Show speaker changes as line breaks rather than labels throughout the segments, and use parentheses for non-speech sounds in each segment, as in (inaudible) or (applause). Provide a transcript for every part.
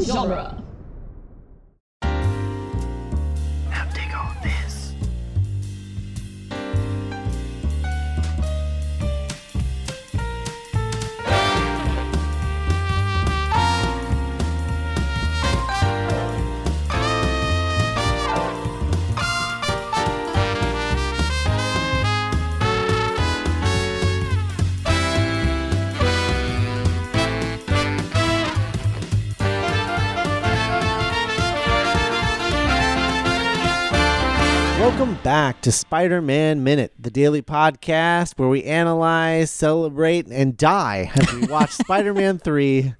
genre.
Now dig on this.
Welcome back to Spider Man Minute, the daily podcast where we analyze, celebrate, and die as we watch Spider Man 3,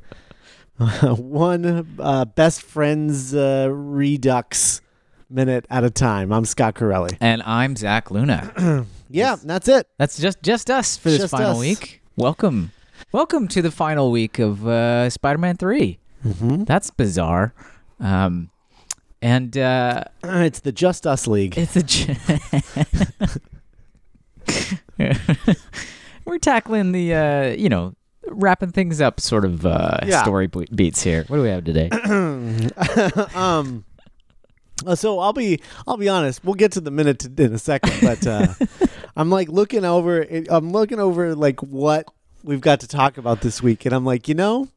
(laughs) one uh, best friend's uh, redux minute at a time. I'm Scott Corelli.
And I'm
(clears throat)
Zach Luna.
Yeah, that's it.
That's just just us for this
Just
final
us.
week. Welcome, welcome to the final week of uh, Spider-Man 3 That's bizarre. Um, and uh,
Uh, It's the Just Us League.
it's a. j- (laughs) We're tackling the uh, you know wrapping things up sort of uh,
Yeah.
story ble- beats here. What do we have today?
(laughs) um, uh, so I'll be I'll be honest. We'll get to the minute to, in a second, but
(laughs)
uh, I'm like looking over. it- I'm looking over like what we've got to talk about this week, and I'm like, you know,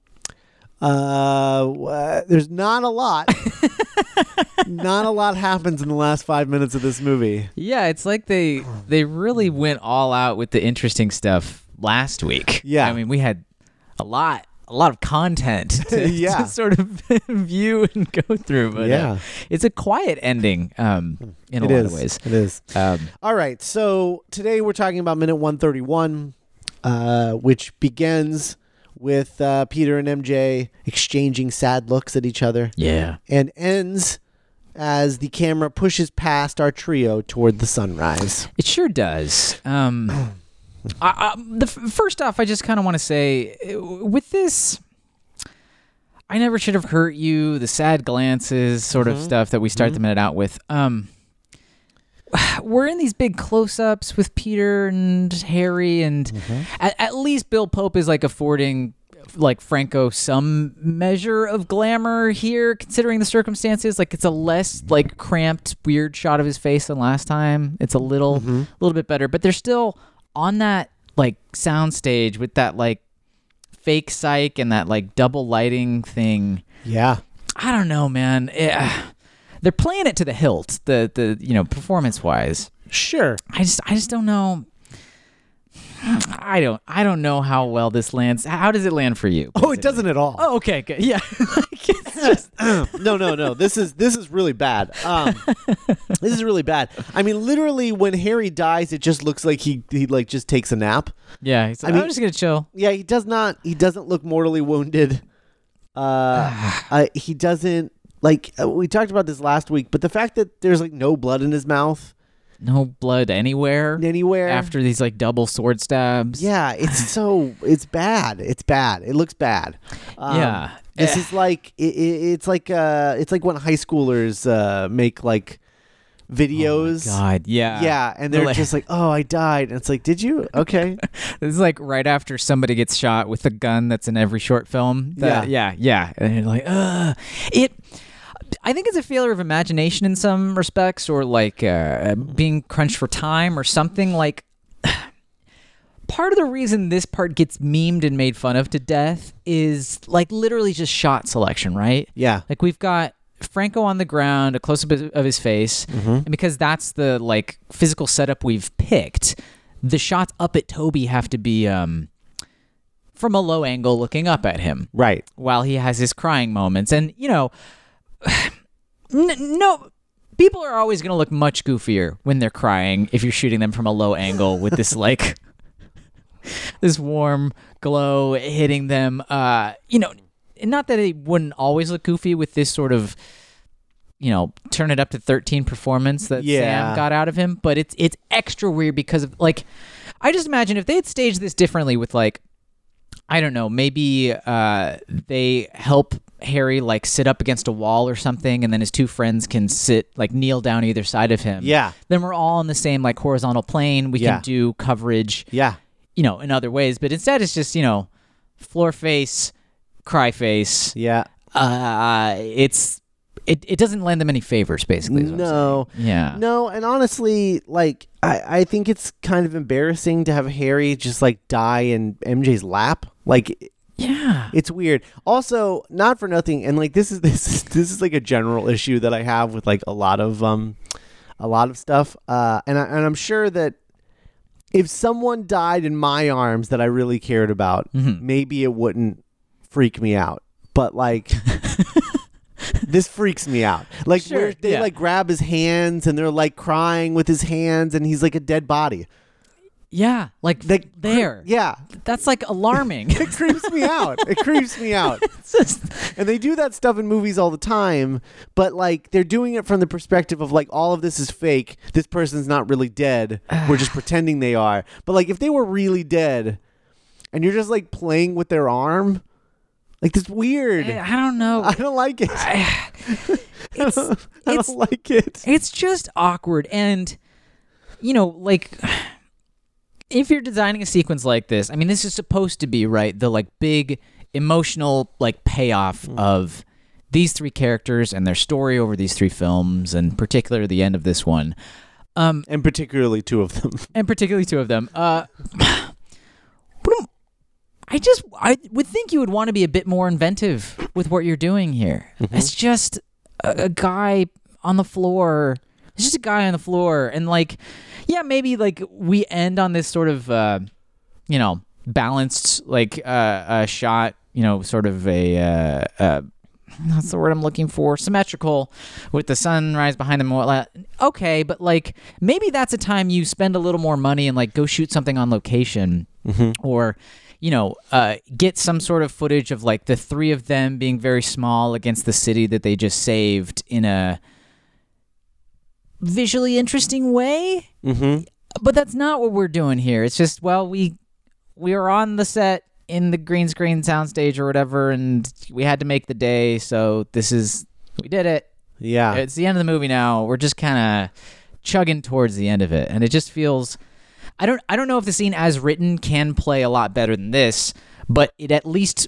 uh, wha- there's not a
(laughs)
lot. not a lot happens in the last five minutes of this movie.
yeah, it's like they they really went all out with the interesting stuff last week.
Yeah.
I mean we had a lot a lot of
(laughs)
content to, to
Yeah.
sort of (laughs) view and go through. But uh,
Yeah.
it's a quiet ending um, in a
It
lot
is.
of ways.
It is.
Um,
All right. So today we're talking about minute 131, uh, which begins with uh, Peter and MJ exchanging sad looks at each other
yeah,
and ends as the camera pushes past our trio toward the sunrise.
it sure does. Um, I, I, the f- first off, I just kind of want to say uh, with this. I never should have hurt you. The sad glances, sort of stuff that we start the minute out with. Um, (sighs) we're in these big close-ups with Peter and Harry, and at, at least Bill Pope is like affording like Franco some measure of glamour here, considering the circumstances. Like it's a less like cramped, weird shot of his face than last time. It's a little,
Mm-hmm.
little bit better, but they're still on that like soundstage with that like fake psych and that like double lighting thing.
Yeah.
I don't know, man. Eh, (sighs) They're playing it to the hilt. The the you know performance wise.
Sure.
I just I just don't know. (sighs) I don't I don't know how well this lands. How does it land for you?
Oh, it doesn't at all. um,
Oh, okay, good. Yeah, (laughs) like it's just
no, no, no. This is this is really bad. (laughs) Um, this is really bad. I mean, literally, when Harry dies, it just looks like he he like just takes a nap.
yeah. It's, I
mean-
am just gonna chill.
Yeah, he does not. He doesn't look mortally
(sighs)
wounded. Uh, uh he doesn't like. uh, We talked about this last week, but the fact that there's like no blood in his mouth
No blood anywhere.
anywhere
After these like double sword stabs.
Yeah, it's so it's bad. It's bad. It looks bad. Um,
Yeah.
this is like it, it, it's like uh it's like when high schoolers uh make like videos.
Oh God. Yeah.
Yeah, and they're
Like-
just like, "Oh, I died," and it's like, "Did you?
(laughs)
Okay,
This is like right after somebody gets shot with a gun that's in every short film. That- yeah, yeah. And you're like, ugh. It. I think it's a failure of imagination in some respects, or like uh, being crunched for time, or something like. (sighs) Part of the reason this part gets memed and made fun of to death is like literally just shot selection, right?
yeah,
Like we've got Franco on the ground, a close up of his face, and because that's the like physical setup we've picked, the shots up at Toby have to be um from a low angle looking up at him
right,
while he has his crying moments. And you know, (sighs) n- no people are always going to look much goofier when they're crying if you're shooting them from a low angle with this like this warm glow hitting them. Uh, you know, not that they wouldn't always look goofy with this sort of you know, turn it up to 13 performance that
Yeah.
Sam got out of him, but it's it's extra weird because of like I just imagine if they had staged this differently with like I don't know, maybe uh, they help Harry like sit up against a wall or something, and then his two friends can sit like kneel down either side of him.
Yeah.
Then we're all on the same like horizontal plane. We
Yeah.
can do coverage,
yeah,
you know, in other ways. But instead, it's just you know, floor face, cry face,
yeah."
uh, it's it, it doesn't lend them any favors, basically. is what I'm
No.
saying. Yeah.
No, and honestly, like I, I think it's kind of embarrassing to have Harry just like die in MJ's lap. Like
Yeah.
it's weird. Also, not for nothing, and like this is (laughs) this is this is like a general issue that I have with like a lot of um a lot of stuff. Uh and I and I'm sure that if someone died in my arms that I really cared about,
Mm-hmm.
maybe it wouldn't freak me out. But
(laughs)
like this freaks me out. Like
Sure,
where they
yeah.
like grab his hands and they're like crying with his hands and he's like a dead body.
Yeah. Like
Like cre-
there.
Yeah.
That's
(laughs)
like alarming. (laughs)
It creeps me out. It creeps me out.
It's just-
And they do that stuff in movies all the time, but like they're doing it from the perspective of like all of this is fake. This person's not really dead. We're just pretending they are. But like if they were really dead and you're just like playing with their arm, like it's weird.
I I don't know.
(laughs) I don't like it. I
It's
don't, I don't
it's-
like it.
it's just awkward and you know like if you're designing a sequence like this i mean this is supposed to be right the like big emotional like payoff of these three characters and their story over these three films and particularly the end of this one Um,
And particularly two of them.
and particularly two of them uh what am- i just i would think you would want to be a bit more inventive with what you're doing here it's just a, a guy on the floor. It's just a guy on the floor, and like, yeah, maybe like we end on this sort of, uh, you know, balanced like uh, uh, shot. You know, sort of a. Uh, uh, that's the word I'm looking for. Symmetrical, with the sunrise behind them. and whatnot. Okay, but like maybe that's a time you spend a little more money and like go shoot something on location, or you know, uh, get some sort of footage of like the three of them being very small against the city that they just saved in a visually interesting way.
Mm-hmm.
But that's not what we're doing here. It's just well, we we are on the set in the green screen soundstage or whatever, and we had to make the day, so this is we did it.
Yeah.
It's the end of the movie now. We're just kind of chugging towards the end of it, and it just feels. I don't. I don't know if the scene as written can play a lot better than this, but it at least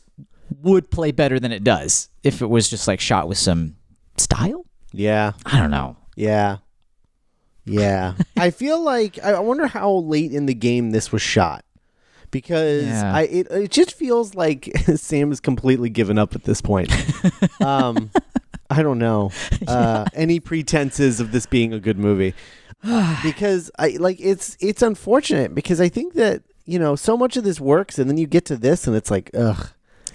would play better than it does if it was just like shot with some style.
yeah.
I don't know.
Yeah. Yeah. I feel like I I wonder how late in the game this was shot. Because
Yeah.
I it, it just feels like (laughs) Sam is completely given up at this point. um I don't know. Uh, any pretenses of this being a good movie. because I like it's it's unfortunate because I think that, you know, so much of this works and then you get to this and it's like, ugh,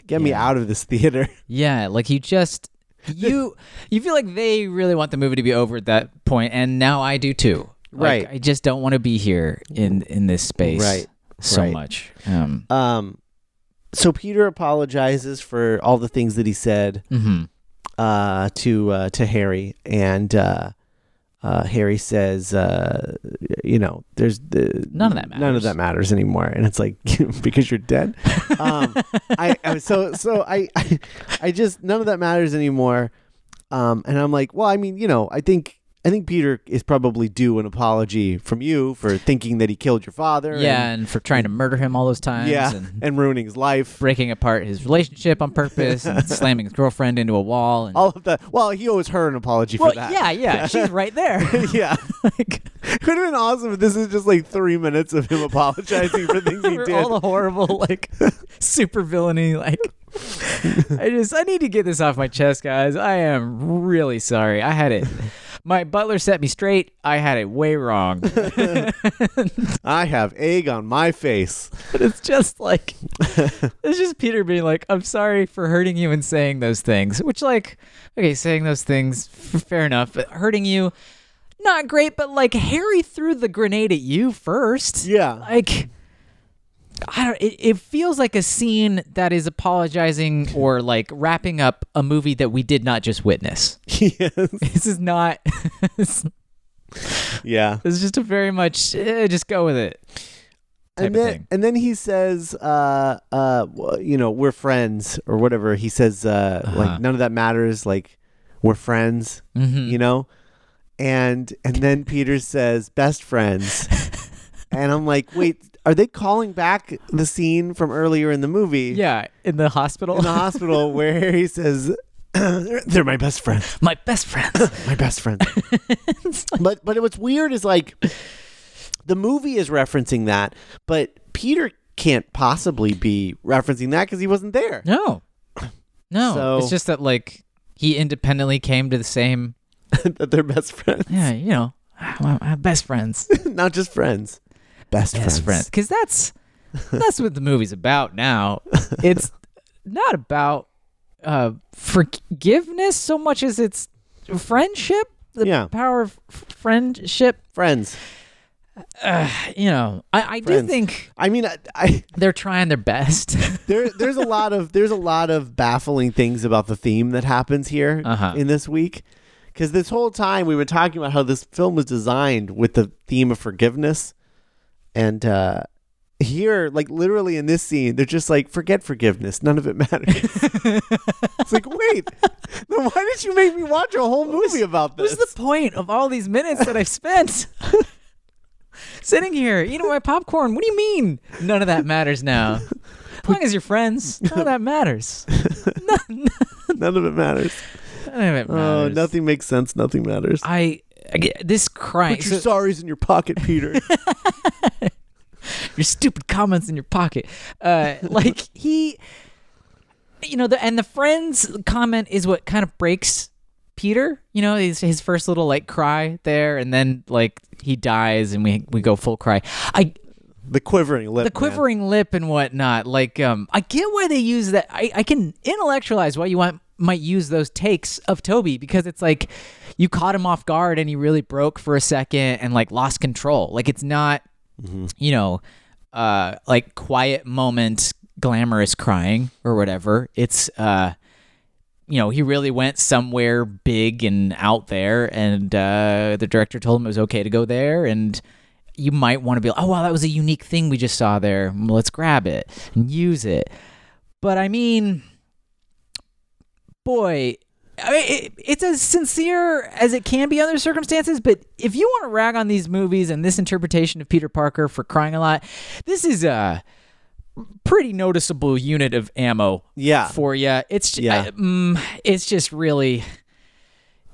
get me out of this theater. (laughs)
Yeah, like you just you you feel like they really want the movie to be over at that point, and now I do too. Like,
Right.
I just don't want to be here in in this space.
Right,
So
right.
much. Um.
Um so Peter apologizes for all the things that he said.
hmm
uh, to uh, to Harry, and uh, uh, Harry says, uh, you know, there's the,
None of that
None
matters.
of that matters anymore, and it's like (laughs) because you're dead. Um, I, I so so I, (laughs) I I just none of that matters anymore. Um, and I'm like, well, I mean, you know, I think. I think Peter is probably due an apology from you for thinking that he killed your father.
Yeah, and for trying to murder him all those times.
and, yeah,
And-
and ruining his life.
breaking apart his relationship on purpose
(laughs)
and slamming his girlfriend into a wall and
All of the well, he owes her an apology
well
for that. (laughs)
yeah yeah she's right there
yeah.
like
It would have been awesome if this is just like three minutes of him apologizing for things he
(laughs) for
did.
all the horrible
(laughs)
like super villainy like i just i need to get this off my chest guys i am really sorry i had it my butler set me straight i had it way wrong
I have egg on my face.
but it's just like it's just Peter being like, "I'm sorry for hurting you and saying those things," which like, okay, saying those things, f- fair enough. But hurting you, not great. But like, Harry threw the grenade at you first.
Yeah.
like. I don't. It, it feels like a scene that is apologizing or like wrapping up a movie that we did not just witness.
(laughs)
(laughs)
yes.
This is not. this
Yeah.
is just a very much eh, just go with it. Type
And
of
then,
thing.
and then he says, uh, uh, w- you know, we're friends or whatever. He says, uh,
Uh-huh.
like, none of that matters. Like, we're friends,
Mm-hmm.
you know? And, and then Peter says, best
(laughs)
friends. and I'm like, wait, are they calling back the scene from earlier in the movie?
Yeah, in the hospital.
in the hospital where Harry says (clears throat) they're, they're my best friends.
(laughs) My best friends.
My best
(laughs)
friends. but but what's weird is like the movie is referencing that, but Peter can't possibly be referencing that because he wasn't there.
no. No.
So-
It's just that like he independently came to the same
(laughs) that they're best friends,
yeah, you know, my, my best friends.
(laughs) not just friends. Best,
Best friends. Because that's that's what the movie's
(laughs)
about now. It's not about uh forgiveness so much as it's friendship. The
Yeah.
power of f- friendship.
Friends.
You know, I, I do
Friends.
think
I mean, I, I
they're trying their best. (laughs)
there there's a lot of there's a lot of baffling things about the theme that happens here
Uh-huh.
in this week because this whole time we were talking about how this film was designed with the theme of forgiveness and uh here like literally in this scene they're just like forget forgiveness none of it
(laughs)
matters it's like wait then why did you make me watch a whole movie about this
What's the point of all these minutes that
(laughs)
I've spent sitting here eating my popcorn? What do you mean? None of that
(laughs)
matters now. As long as you're friends, none of that matters.
none of it matters
None of it
(laughs) oh
matters.
nothing makes sense nothing matters
I, I get- this crying.
put your
So,
sorries in your pocket
(laughs)
peter
your stupid comments in your pocket. Uh,
(laughs)
like he, you know, the and the friends comment is what kind of breaks Peter. You know, his his first little like cry there, and then like he dies, and we we go full cry. I
the quivering lip
the
man.
quivering lip and whatnot. Like, um, I get why they use that. I, I can intellectualize why you want might use those takes of Toby because it's like you caught him off guard and he really broke for a second and like lost control. Like it's not,
Mm-hmm.
you know, uh, like quiet moment, glamorous crying or whatever. It's uh. You know, he really went somewhere big and out there, and uh, the director told him it was okay to go there, and you might want to be like, oh, wow, that was a unique thing we just saw there. Mm, Let's grab it and use it. But I mean, boy, I mean, it, it's as sincere as it can be under circumstances. But if you want to rag on these movies and this interpretation of Peter Parker for crying a lot, this is a pretty noticeable unit of ammo
yeah
for you. It's just,
Yeah.
mm, it's just really.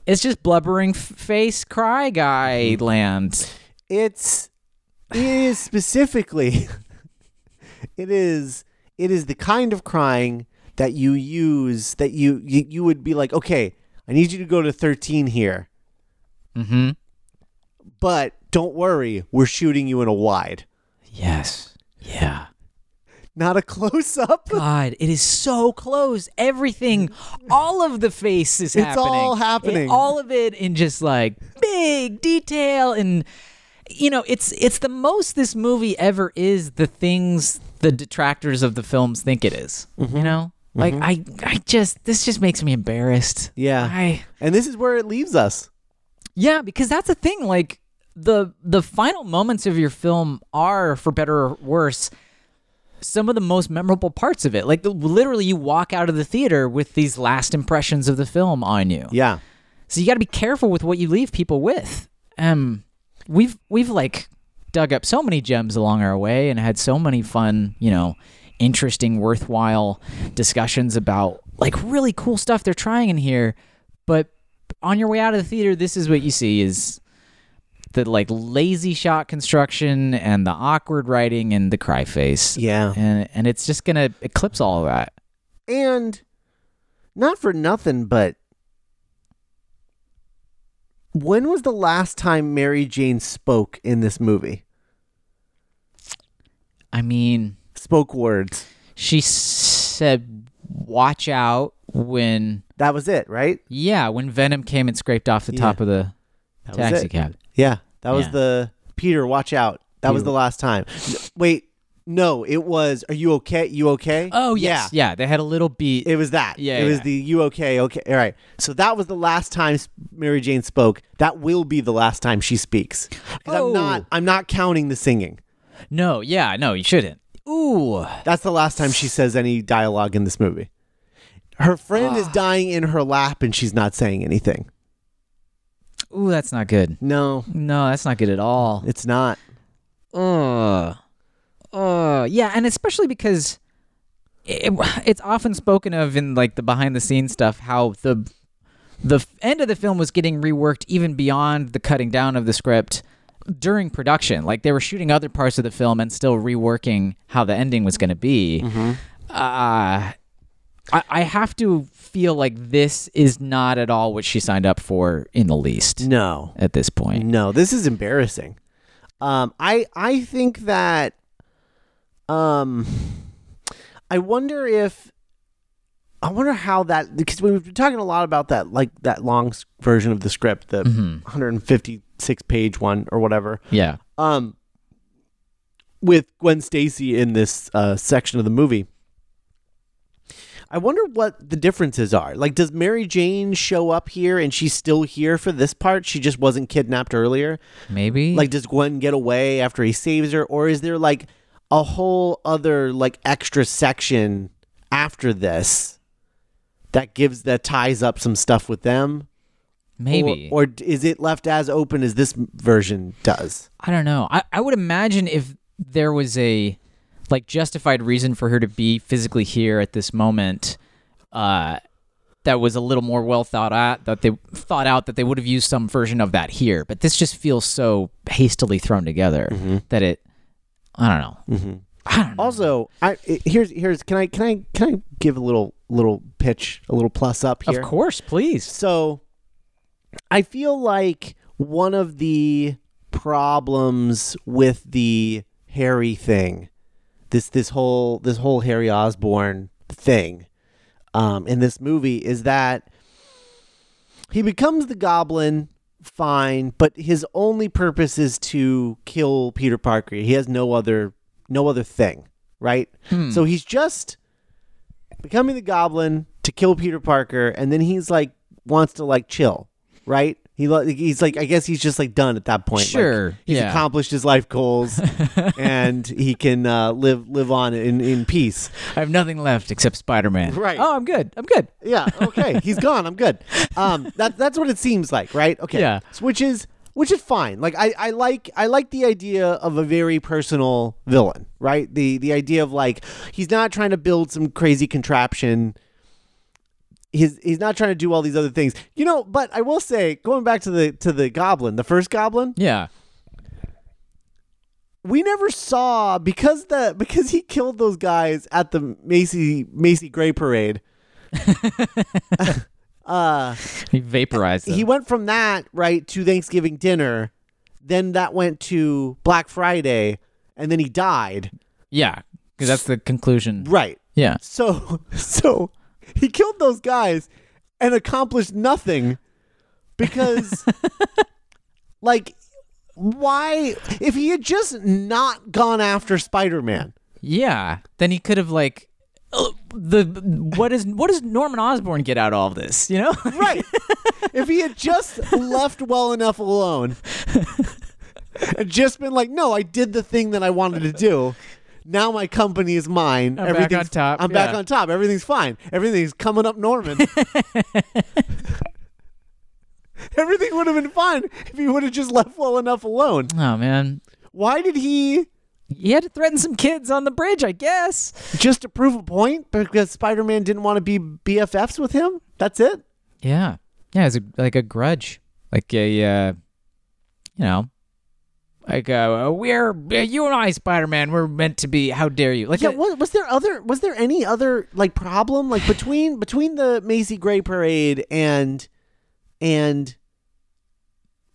It's just blubbering f- face cry guy land.
it's it is specifically (laughs) it is it is the kind of crying that you use that you you, you would be like okay i need you to go to 13 here
Mm-hmm.
but don't worry we're shooting you in a wide
Yes. Yeah.
not a (laughs) close up
God, it is so close. Everything, all of the face is
It's
happening.
all happening.
It- all of it in just like big detail and you know, it's it's the most this movie ever is the things the detractors of the films think it is,
Mm-hmm.
You know? Like I I just this just makes me embarrassed.
yeah
I
and this is where it leaves us
yeah, because that's the thing. Like the the final moments of your film are, for better or worse, some of the most memorable parts of it. Like the, literally, you walk out of the theater with these last impressions of the film on you.
yeah
So you got to be careful with what you leave people with. Um, we've we've like dug up so many gems along our way and had so many fun, you know, interesting, worthwhile discussions about like really cool stuff they're trying in here. But on your way out of the theater, this is what you see is the like lazy shot construction and the awkward writing and the cry face.
yeah
And and it's just gonna eclipse all of that.
and not for nothing but when was the last time mary jane spoke in this movie
I mean,
spoke words
she said, "Watch out when
That was it, right?
yeah when Venom came and scraped off the
Yeah.
top of the
That was
taxi
it.
cab."
Yeah, that was
Yeah.
the Peter. Watch out! That was
Peter.
the last time. N- Wait, no, it was. Are you okay? You okay?
Oh yes, yeah, they had a little beat.
It was that.
Yeah,
it was
yeah.
the you okay? Okay, all right. So that was the last time s- Mary Jane spoke. That will be the last time she speaks. 'Cause
Oh.
I'm not. I'm not counting the singing.
no, yeah, no, you shouldn't. Ooh,
That's the last time she says any dialogue in this movie. Her friend
Ah.
is dying in her lap, and she's not saying anything.
ooh, that's not good.
No,
No, that's not good at all.
it's not.
Ugh. Ugh. Yeah, and especially because it, it's often spoken of in like the behind the scenes stuff how the the f- end of the film was getting reworked even beyond the cutting down of the script during production like they were shooting other parts of the film and still reworking how the ending was going to be uh, I, I have to feel like this is not at all what she signed up for in the least
No,
at this point
no, this is embarrassing. Um, I I think that, um, I wonder if, I wonder how that because we've been talking a lot about that like that long s- version of the script, the 156 page one or whatever.
yeah
um with Gwen Stacy in this uh, section of the movie. I wonder what the differences are. Like, does Mary Jane show up here and she's still here for this part? She just wasn't kidnapped earlier.
maybe
Like, does Gwen get away after he saves her, or is there like a whole other like extra section after this that gives that ties up some stuff with them? Or-
maybe
or is it left as open as this version does?
I don't know. I, I would imagine if there was a like justified reason for her to be physically here at this moment, uh, that was a little more well thought out that they thought out that they would have used some version of that here. But this just feels so hastily thrown together
Mm-hmm.
that it I don't know.
Also, I it- here's here's can I can I can I give a little little pitch a little plus up here?
Of
(laughs)
course, please.
So, I feel like one of the problems with the Harry thing, this this whole this whole Harry Osborne thing, um, in this movie is that he becomes the Goblin, fine, but his only purpose is to kill Peter Parker. He has no other no other thing, right?
Hmm.
So he's just becoming the goblin to kill Peter Parker, and then he's like wants to like chill, right? He lo- he's like I guess he's just like done at that point. Like,
Sure,
he's
yeah.
accomplished his life
(laughs)
goals, and he can uh, live live on in in peace.
I have nothing left except Spider Man.
Right.
Oh, I'm good. I'm good.
Yeah. Okay. He's gone. I'm good. Um. That that's what it seems like, right? Okay.
Yeah.
So, which is which is fine. Like I I like I like the idea of a very personal villain, right? The the idea of like he's not trying to build some crazy contraption. He's he's not trying to do all these other things, you know. But I will say, going back to the to the goblin, the first goblin,
Yeah.
we never saw because the because he killed those guys at the Macy Macy Gray parade.
He vaporized them.
he went from that right to Thanksgiving dinner, then that went to Black Friday, and then he died.
yeah. Because that's the conclusion.
Right.
Yeah.
So (laughs) so he killed those guys and accomplished nothing because like why if he had just not gone after Spider-Man.
Yeah, then he could have like uh, the what is what does Norman Osborn get out of all of this? You know, (laughs)
Right. if he had just left well enough alone and just been like, no, I did the thing that I wanted to do. Now my company is mine.
I'm back on top,
I'm back
yeah.
on top. Everything's fine. Everything's coming up
(laughs)
Norman. Everything would have been fine if he would have just left well enough alone.
oh man,
Why did he
he had to threaten some kids on the bridge, I guess.
just to prove a point because Spider-Man didn't want to be BFFs with him? That's it?
Yeah, yeah, it's a, like a grudge, like a uh, you know. Like uh, we're uh, you and I, Spider Man. We're meant to be. How dare you? Like uh,
Yeah,
a-
was, was there other was there any other like problem like
(sighs)
between between the Macy Gray parade and and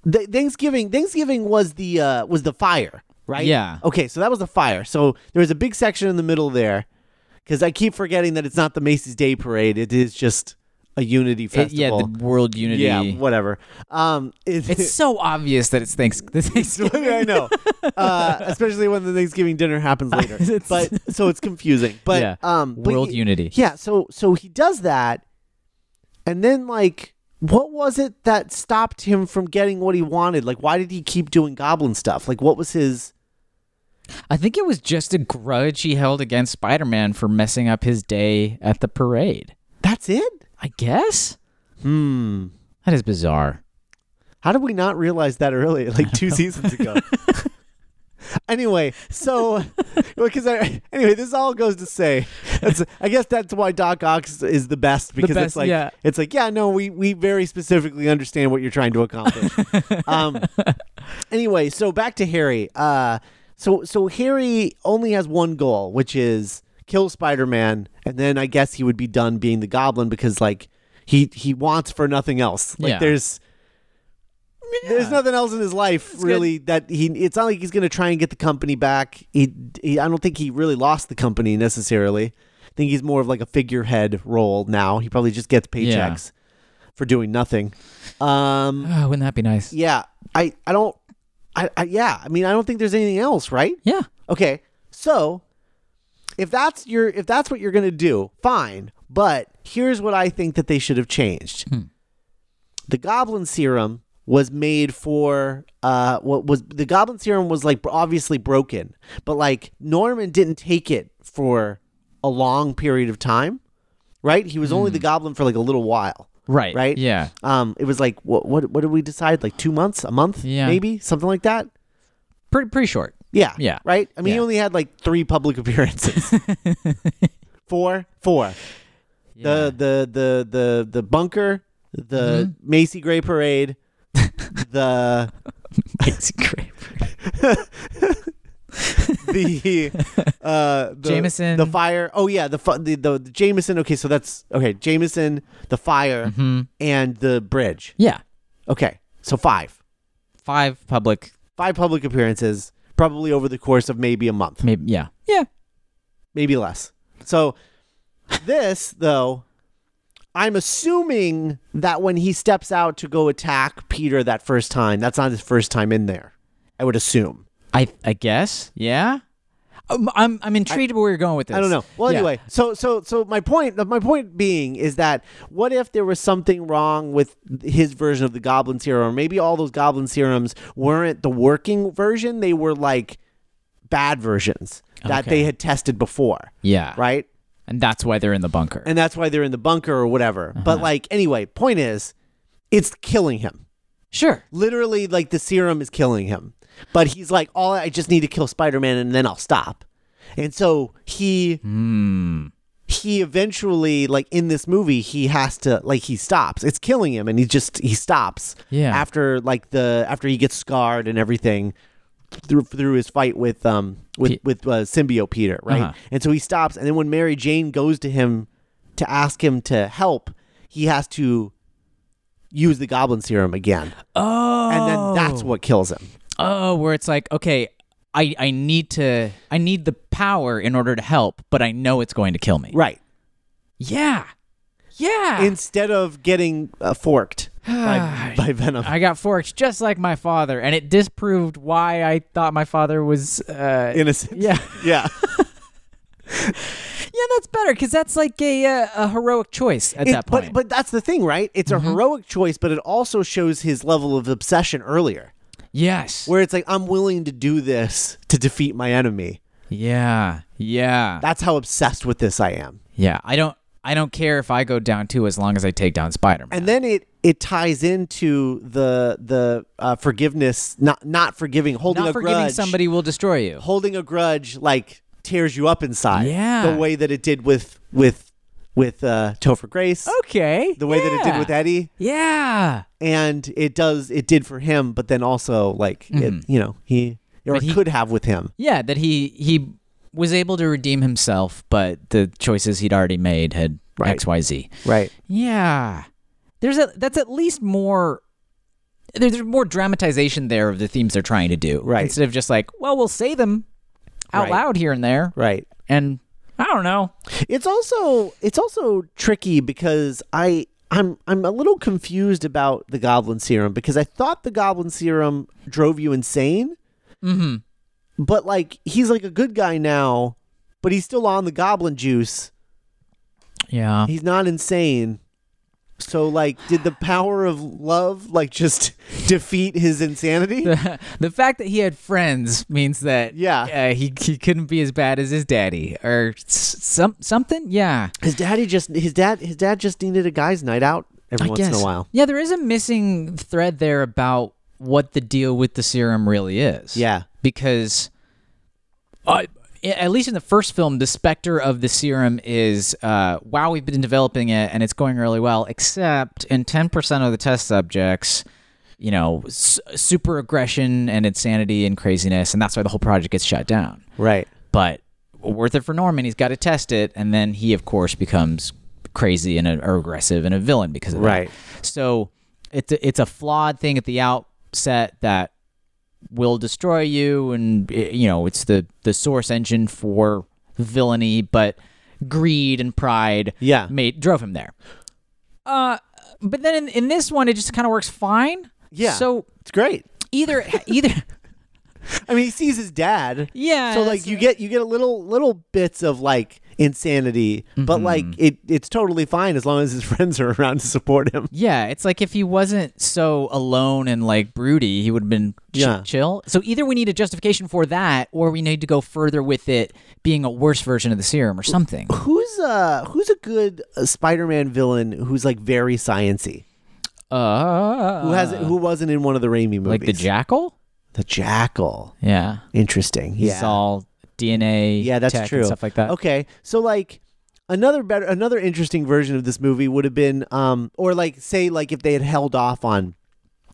the Thanksgiving Thanksgiving was the uh was the fire, right?
Yeah.
Okay, so that was the fire. So there was a big section in the middle there cuz I keep forgetting that it's not the Macy's Day parade, it is just a unity
it- yeah,
festival.
the world unity.
Yeah, whatever. Um it- (laughs)
it's so obvious that it's thanks. (laughs) This Thanksgiving.
I know,
(laughs)
uh, especially when the Thanksgiving dinner happens later.
It's-
but so it's
(laughs)
confusing. But
Yeah.
um, but
World
y-
unity.
Yeah. So so he does that, and then like, what was it that stopped him from getting what he wanted? Like, why did he keep doing goblin stuff? Like, what was his?
I think it was just a grudge he held against Spider Man for messing up his day at the parade.
That's it.
I guess
Hmm.
that is bizarre. (laughs)
How did we not realize that early? Like two seasons ago. Anyway, so (laughs) because I anyway, this all goes to say, that's, I guess that's why Doc Ock is- is the best because
best,
it's like
yeah.
it's like yeah, no, we we very specifically understand what you're trying to
(laughs)
accomplish. um, anyway, so back to Harry. Uh, so so Harry only has one goal, which is kill Spider-Man, and then I guess he would be done being the Goblin because like he he wants for nothing else. Like
Yeah.
there's there's nothing else in his life really that he. It's not like he's gonna try and get the company back. He, he I don't think he really lost the company necessarily. I think he's more of like a figurehead role now. He probably just gets
Yeah.
paychecks for doing nothing. Um,
Oh, wouldn't that be nice?
yeah, I I don't I, I yeah, I mean I don't think there's anything else, right?
Yeah.
Okay. So, if that's your if that's what you're going to do, fine. But here's what I think that they should have changed. The goblin serum was made for uh what was the goblin serum was like obviously broken, but like Norman didn't take it for a long period of time, right? He was only the goblin for like a little while.
Right.
Right?
Yeah.
Um, it was like what what what did we decide? Like two months, a month,
Yeah.
maybe something like that.
Pretty pretty short.
Yeah,
Yeah.
right. I mean, he
Yeah.
only had like three public appearances.
(laughs)
four, four. The the the the the bunker, the
Mm-hmm.
Macy Gray
(laughs)
Parade, the
It's great.
the uh the,
Jameson.
the fire. Oh yeah, the fu- the, the the Jameson. Okay, so that's okay. Jameson, the fire,
Mm-hmm.
and the bridge.
Yeah.
Okay, so five.
Five public
five public appearances, probably over the course of maybe a month,
maybe yeah. Yeah.
maybe less. So, this though, I'm assuming that when he steps out to go attack Peter that first time, that's not his first time in there. I would assume.
I I guess. Yeah. Um, I'm I'm intrigued where you're going with this.
I don't know. Well,
Yeah.
anyway, so so so my point my point being is that what if there was something wrong with his version of the Goblin Serum, or maybe all those Goblin Serums weren't the working version; they were like bad versions that
Okay.
they had tested before,
Yeah.
right?
And that's why they're in the bunker.
And that's why they're in the bunker or whatever. But like, anyway, point is, it's killing him.
sure.
Literally, like the serum is killing him. But he's like, all I just need to kill Spider Man and then I'll stop. And so he
Hmm.
he eventually, like in this movie, he has to like he stops. It's killing him, and he just he stops.
Yeah.
After like the after he gets scarred and everything through through his fight with um with
Pe-
with uh, symbiote Peter, right?
Uh-huh.
And so he stops, and then when Mary Jane goes to him to ask him to help, he has to use the Goblin Serum again,
Oh.
and then that's what kills him.
Oh, where it's like, okay, I, I need to I need the power in order to help, but I know it's going to kill me.
Right.
Yeah. Yeah.
Instead of getting uh, forked by,
(sighs)
by Venom.
I got forked just like my father, and it disproved why I thought my father was.
(laughs)
Uh, (laughs)
Innocent.
yeah,
Yeah.
yeah, that's better because that's like a uh, a heroic choice at
It-
that point. Mm-hmm.
But but that's the thing, right? It's a heroic choice, but it also shows his level of obsession earlier,
yes,
where it's like I'm willing to do this to defeat my enemy.
yeah, yeah,
That's how obsessed with this I am.
yeah. I don't I don't care if I go down too, as long as I take down Spider Man.
And then it it ties into the the uh, forgiveness, not not forgiving, holding
Not
a
forgiving
grudge.
somebody will destroy you.
holding a grudge like tears you up inside.
Yeah.
the way that it did with with with uh, Topher Grace.
Okay,
The way that it did
Oh, yeah.
with Eddie,
Yeah,
and it does it did for him, but then also like it, you know he or
Mm-hmm. But he-
could have with him.
yeah. That he he was able to redeem himself, but the choices he'd already made had
Right.
X Y Z.
Right.
Yeah. There's a that's at least more there- there's more dramatization there of the themes they're trying to do.
Right.
Instead of just like, well, we'll say them out
Right.
loud here and there.
Right.
And I don't know.
It's also it's also tricky because I I'm I'm a little confused about the goblin serum because I thought the goblin serum drove you insane. Mm-hmm. But like he's like a good guy now, but he's still on the goblin juice.
Yeah.
He's not insane. So like did the power of love like just (laughs) defeat his insanity?
(laughs) the fact that he had friends means that
Yeah.
uh, he he couldn't be as bad as his daddy or s- some something. Yeah.
His daddy just his dad his dad just needed a guy's night out every once in a while.
Yeah, there is a missing thread there about what the deal with the serum really is.
Yeah.
Because uh, at least in the first film, the specter of the serum is uh, wow, we've been developing it and it's going really well, except in 10% of the test subjects, you know, s- super aggression and insanity and craziness. And that's why the whole project gets shut down.
Right.
But worth it for Norman. He's got to test it. And then he, of course, becomes crazy and a, or aggressive and a villain because of that.
Right.
So it's a, it's a flawed thing at the outset that will destroy you, and eh, you know it's the the source engine for villainy, but greed and pride
Yeah.
made drove him there. Uh, but then in, in this one, it just kind of works fine.
Yeah.
So
It's great.
either either (laughs)
I mean, he sees his dad.
yeah.
So like
it's-
you get you get a little little bits of like insanity,
Mm-hmm.
but like it it's totally fine as long as his (laughs) friends are around to support him.
Yeah, it's like if he wasn't so alone and like broody, he would have been ch-
Yeah.
chill. So either we need a justification for that, or we need to go further with it being a worse version of the serum or something.
Who's uh who's a good uh, Spider-Man villain who's like very sciency?
Uh,
Who has who wasn't in one of the Raimi movies?
like the jackal?
The Jackal.
Yeah,
Interesting.
he's
yeah.
all DNA.
yeah, that's
tech and
true.
stuff like that.
Okay, so like another better, another interesting version of this movie would have been, um, or like say like if they had held off on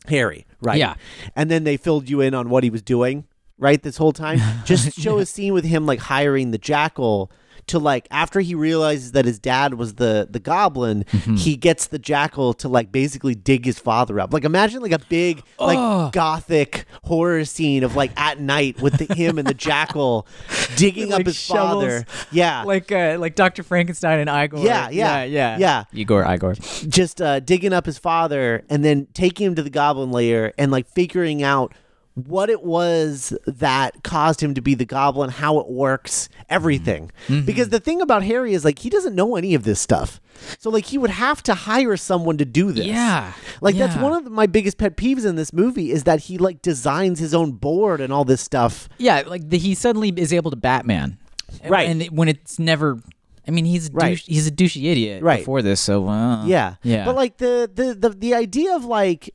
Harry, right?
Yeah.
and then they filled you in on what he was doing, right? This whole
(laughs)
time, just show a scene with him like hiring the jackal to like after he realizes that his dad was the the goblin
Mm-hmm.
he gets the jackal to like basically dig his father up like imagine like a big like gothic horror scene of like at night with the, him and the
(laughs)
jackal digging
Like
up his
shovels.
father yeah
(laughs) Like uh, like Doctor Frankenstein and Igor.
Yeah, yeah,
yeah,
yeah.
Igor, Igor.
just uh, digging up his father and then taking him to the goblin lair and like figuring out what it was that caused him to be the goblin, how it works, everything.
Mm-hmm.
Because the thing about Harry is like he doesn't know any of this stuff. So like he would have to hire someone to do this.
Yeah,
Like that's
yeah.
one of my biggest pet peeves in this movie is that he like designs his own board and all this stuff.
Yeah, like the, he suddenly is able to Batman.
Right.
And it- when it's never, I mean, he's a
Right.
douche, he's a douchey idiot
Right.
before this. So uh,
Yeah.
yeah.
But like the the the, the idea of like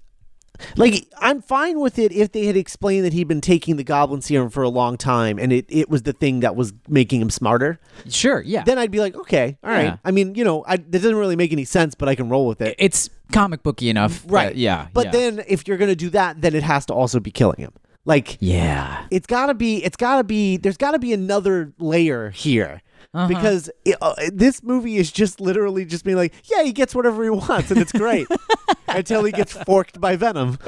like I'm fine with it if they had explained that he'd been taking the goblin serum for a long time and it, it was the thing that was making him smarter.
sure, yeah.
Then I'd be like, okay, all right.
Yeah.
I mean, you know, I, it doesn't really make any sense, but I can roll with it.
it's comic booky enough, that-
right.
yeah.
But
yeah.
then if you're gonna do that, then it has to also be killing him. Like
yeah,
it's gotta be it's gotta be there's gotta be another layer here because it, uh, this movie is just literally just being like yeah he gets whatever he wants and it's great until he gets forked by venom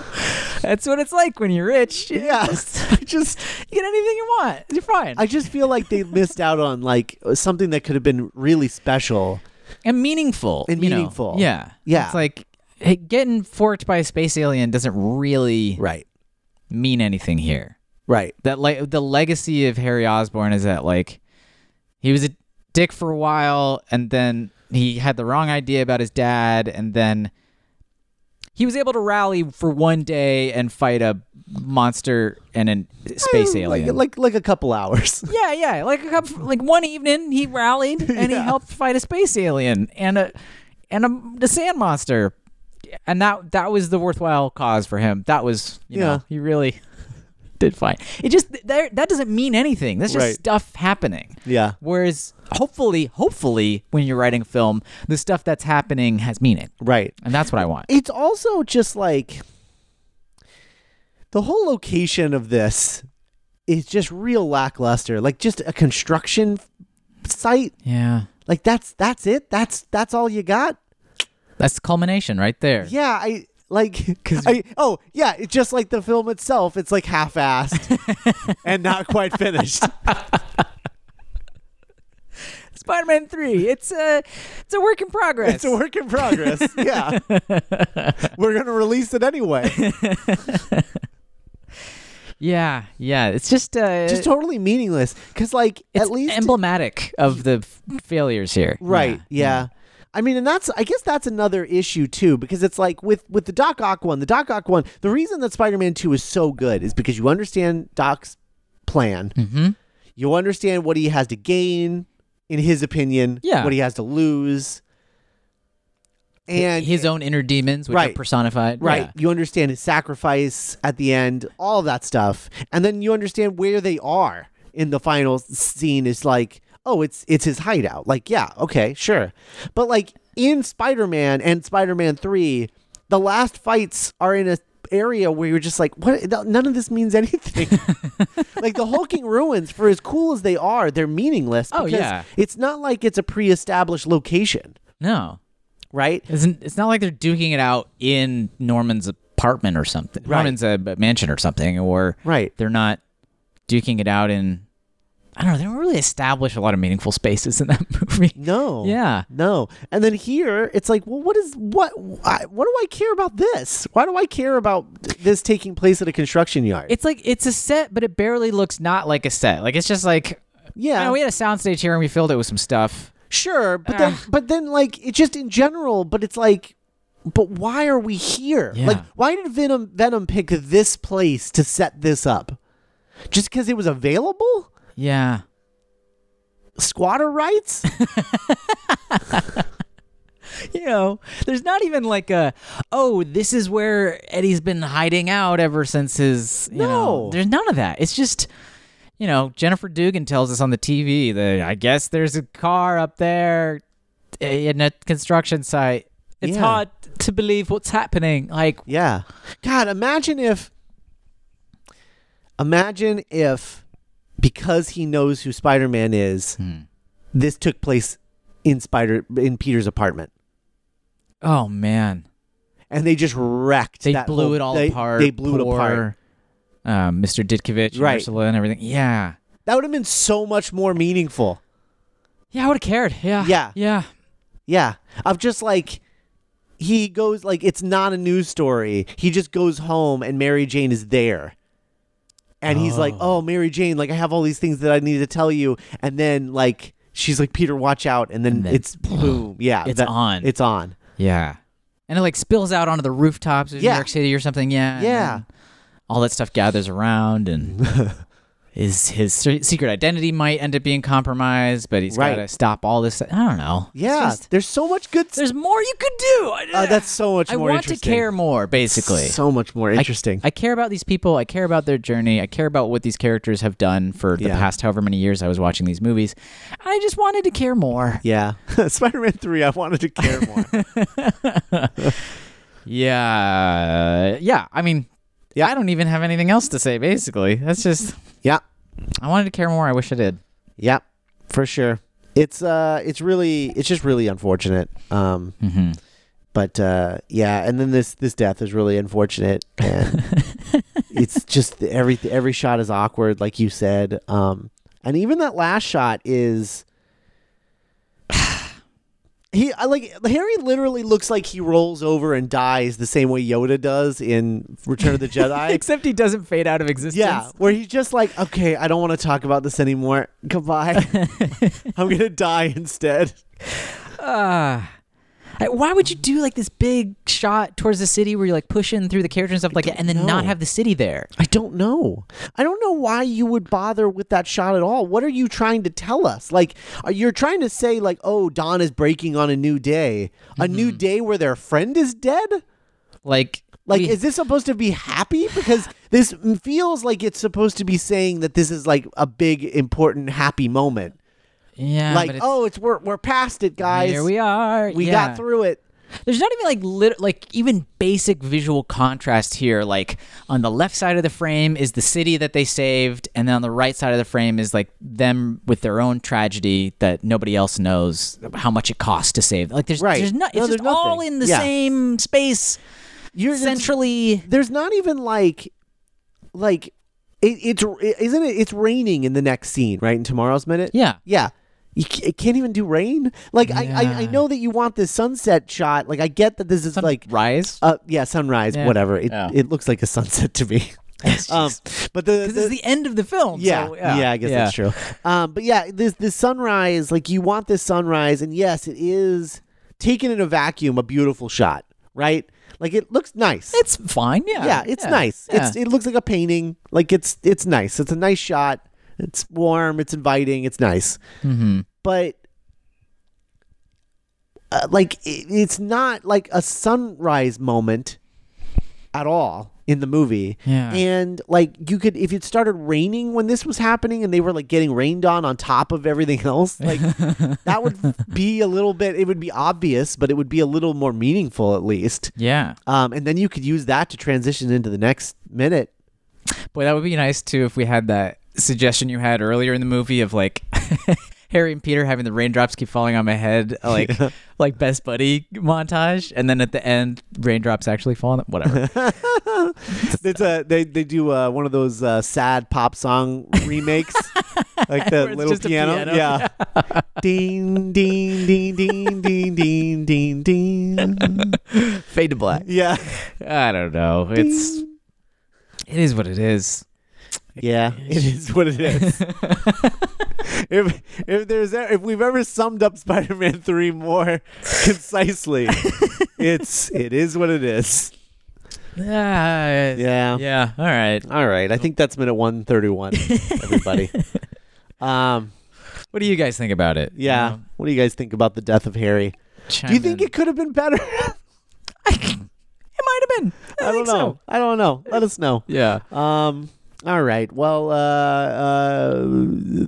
that's what it's like when you're rich.
(laughs)
You
yeah
just,
I just
(laughs) you get anything you want. You're fine.
i just feel like they missed out on like something that could have been really special
and meaningful.
And
you know.
meaningful.
Yeah,
Yeah.
It's like hey, getting forked by a space alien doesn't really
right
mean anything here.
right
that like the legacy of Harry Osborne is that like he was a dick for a while and then he had the wrong idea about his dad and then he was able to rally for one day and fight a monster and a space
like,
alien.
like like a couple hours (laughs)
yeah, yeah, like a couple, like one evening he rallied and he
Yeah.
helped fight a space alien and a and a, a sand monster. And that that was the worthwhile cause for him. That was, you
Yeah.
know, he really (laughs) did fine. It just there that doesn't mean anything. That's just
Right.
stuff happening.
yeah
Whereas hopefully, hopefully, when you're writing a film, the stuff that's happening has meaning,
right
and that's what I want.
it's also just like the whole location of this is just real lackluster like just a construction f- site
Yeah,
like that's that's it that's that's all you got
that's the culmination right there.
yeah i like I, oh yeah it's just like the film itself it's like half-assed
(laughs)
and not quite finished
Spider-Man Three. It's a it's a work in progress.
it's a work in progress
(laughs)
yeah we're gonna release it anyway
Yeah, yeah. It's just uh,
just totally meaningless because like
it's
at least
emblematic of the f- failures here.
Right. Yeah. I mean, and that's I guess that's another issue too, because it's like with with the Doc Ock one, the Doc Ock one, the reason that Spider Man Two is so good is because you understand Doc's plan, mm-hmm. you understand what he has to gain, in his opinion,
Yeah.
what he has to lose, and
his own inner demons, which are
Right.
personified.
Right.
Yeah.
You understand his sacrifice at the end, all of that stuff. And then you understand where they are in the final scene is like, oh, it's it's his hideout. Like, yeah, okay, sure. But like in Spider-Man and Spider-Man 3, the last fights are in a area where you're just like, what none of this means (laughs)
(laughs)
anything. like the hulking ruins for as cool as they are, they're meaningless
Oh,
because
yeah.
it's not like it's a pre-established location,
No,
right?
isn't it's not like they're duking it out in Norman's apartment or something.
Right.
Norman's uh, mansion or something, or
Right.
they're not duking it out in. I don't know. They don't really establish a lot of meaningful spaces in that (laughs) movie.
No.
Yeah.
No. And then here, it's like, well, what is what? Why, what do I care about this? Why do I care about th- this taking place at a construction yard?
It's like it's a set, but it barely looks not like a set. Like it's just like you
yeah,
know, we had a soundstage here and we filled it with some stuff.
sure, but then,
Ugh.
but then, like, it's just in general. But it's like, but why are we here?
Yeah.
Like, why did Venom Venom pick this place to set this up? Just because it was available?
Yeah.
Squatter rights?
(laughs) You know, there's not even like a oh, this is where Eddie's been hiding out ever since his you know
No.
there's none of that. It's just you know, Jennifer Dugan tells us on the TV that I guess there's a car up there eh, in a construction site. It's
Yeah.
hard to believe what's happening. Like
Yeah. God, imagine if imagine if because he knows who Spider-Man is, this took place in Spider in Peter's apartment.
oh man.
And they just wrecked
They
that
blew
whole-
it all
they-
apart.
They blew it
poor,
apart.
Um, Mr. Ditkovich, and
Right.
Ursula, and everything. Yeah,
That would have been so much more meaningful.
yeah, I would have cared. Yeah,
Yeah.
yeah,
Yeah. Of just like he goes like it's not a news story. He just goes home and Mary Jane is there. And he's like, "Oh, Mary Jane, like I have all these things that I need to tell you." And then like she's like, "Peter, watch out." And then,
And then, (sniffs)
it's boom. Yeah.
it's on.
It's on.
yeah. And it like spills out onto the rooftops of
Yeah.
New York City or something. Yeah, and
Yeah.
then all that stuff gathers around,
(laughs)
and his his se- secret identity might end up being compromised, but he's
Right.
got to stop all this. I don't know. It's
Yeah.
just-
there's so much good s-
there's more you could do. I-
uh, that's so much
I
more
want to
interesting.
care more, basically.
So much more interesting.
I, I care about these people. I care about their journey. I care about what these characters have done for the
Yeah.
past however many years I was watching these movies. I just wanted to care more.
yeah. (laughs) Spider-Man 3, I wanted to
(laughs)
care more.
Yeah. Yeah. I mean,
Yeah.
I don't even have anything else to say, basically. That's just,
yeah.
I wanted to care more. I wish
(laughs)
I did.
Yeah. For sure. It's uh it's really it's just really unfortunate. Um
Mm-hmm.
but uh, yeah, and then this this death is really unfortunate, and it's just the- every every shot is awkward, like you said, um, and even that last shot is. (sighs) He I like Harry literally looks like he rolls over and dies the same way Yoda does in Return of the Jedi.
(laughs) Except he doesn't fade out of existence.
yeah, where he's just like, okay, I don't want to talk about this anymore. (laughs) Goodbye. I'm gonna die instead.
Uh, why would you do like this big shot towards the city where you're like pushing through the characters and stuff like that and then not
know.
have the city there?
I don't know. I don't know why you would bother with that shot at all. What are you trying to tell us? Like, are you're trying to say like, oh, dawn is breaking on a new day, a new day where their friend is dead.
Like,
Like,
we-
is this supposed to be happy? Because this feels like it's supposed to be saying that this is like a big, important, happy moment.
yeah,
like,
but it's,
oh, it's we're we're past it, guys.
here we are.
We
Yeah.
got through it.
There's not even like lit- like even basic visual contrast here. Like on the left side of the frame is the city that they saved, and then on the right side of the frame is like them with their own tragedy that nobody else knows how much it costs to save. Like there's
Right.
there's not it's
No,
just
there's
all
nothing.
in the
Yeah.
same space
You're
centrally.
there's not even like like it, it's isn't it it's raining in the next scene right in tomorrow's minute
Yeah.
yeah you ca- it can't even do rain like I, I i
Yeah.
know that you want this sunset shot like i get that this is like
rise.
uh yeah sunrise
Yeah.
whatever it,
Yeah.
it looks like a sunset to
(laughs)
me um but the,
Because it's the end of the film.
yeah,
so,
yeah, I guess that's true. Um, but yeah, this this sunrise, like you want this sunrise, and yes, it is taken in a vacuum, a beautiful shot, right? Like it looks nice
It's fine. Yeah.
yeah, it's nice.
Yeah.
It's it looks like a painting. Like it's it's nice. It's a nice shot. It's warm. It's inviting. It's nice. But uh, like it, it's not like a sunrise moment at all. in the movie.
Yeah.
And like you could if it started raining when this was happening and they were like getting rained on on top of everything else, like that would be a little bit it would be obvious, but it would be a little more meaningful at least.
Yeah.
Um and then you could use that to transition into the next
(laughs)
minute.
Boy, that would be nice too if we had that suggestion you had earlier in the movie of like (laughs) Harry and Peter having the raindrops keep falling on my
(laughs)
head, like like best buddy montage, and then at the end, raindrops actually fall on them.
(laughs)
Whatever.
It's a they they do uh, one of those uh, sad pop
(laughs)
song remakes, like
Where
the
it's
little
just a
piano.
piano.
Yeah, (laughs) ding ding ding ding ding ding ding ding.
Fade to black.
Yeah,
I don't know. It's it is what it is.
yeah. (laughs) It is what it
(laughs)
is. if if there's e- if we've ever summed up Spider-Man (laughs) three more
(laughs)
concisely, it's it is what it is.
Yeah.
Yeah.
Ah, Yeah. All right.
All right. I think that's minute one thirty one.
(laughs)
Everybody. Um.
What do you guys think about it?
Yeah.
You know,
What do you guys think about the death of Harry? Do you
chime
think
in.
it could have been better? (laughs)
It might have been. I,
I don't know.
think so.
I don't know. Let us know.
Yeah.
Um. All right. Well, uh, uh,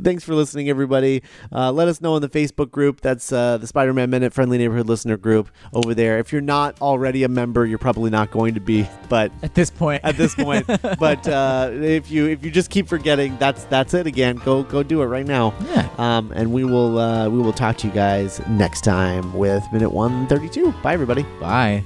thanks for listening, everybody. Uh, let us know in the Facebook group. That's uh, the Spider Man Minute Friendly Neighborhood Listener Group over there. If you're not already a member, you're probably not going to be, but
At this point.
at this point. but uh, if you if you just keep forgetting, that's that's it again. Go go do it right now.
(laughs) Yeah.
Um, and we will uh, we will talk to you guys next time with minute one thirty two. Bye everybody.
Bye.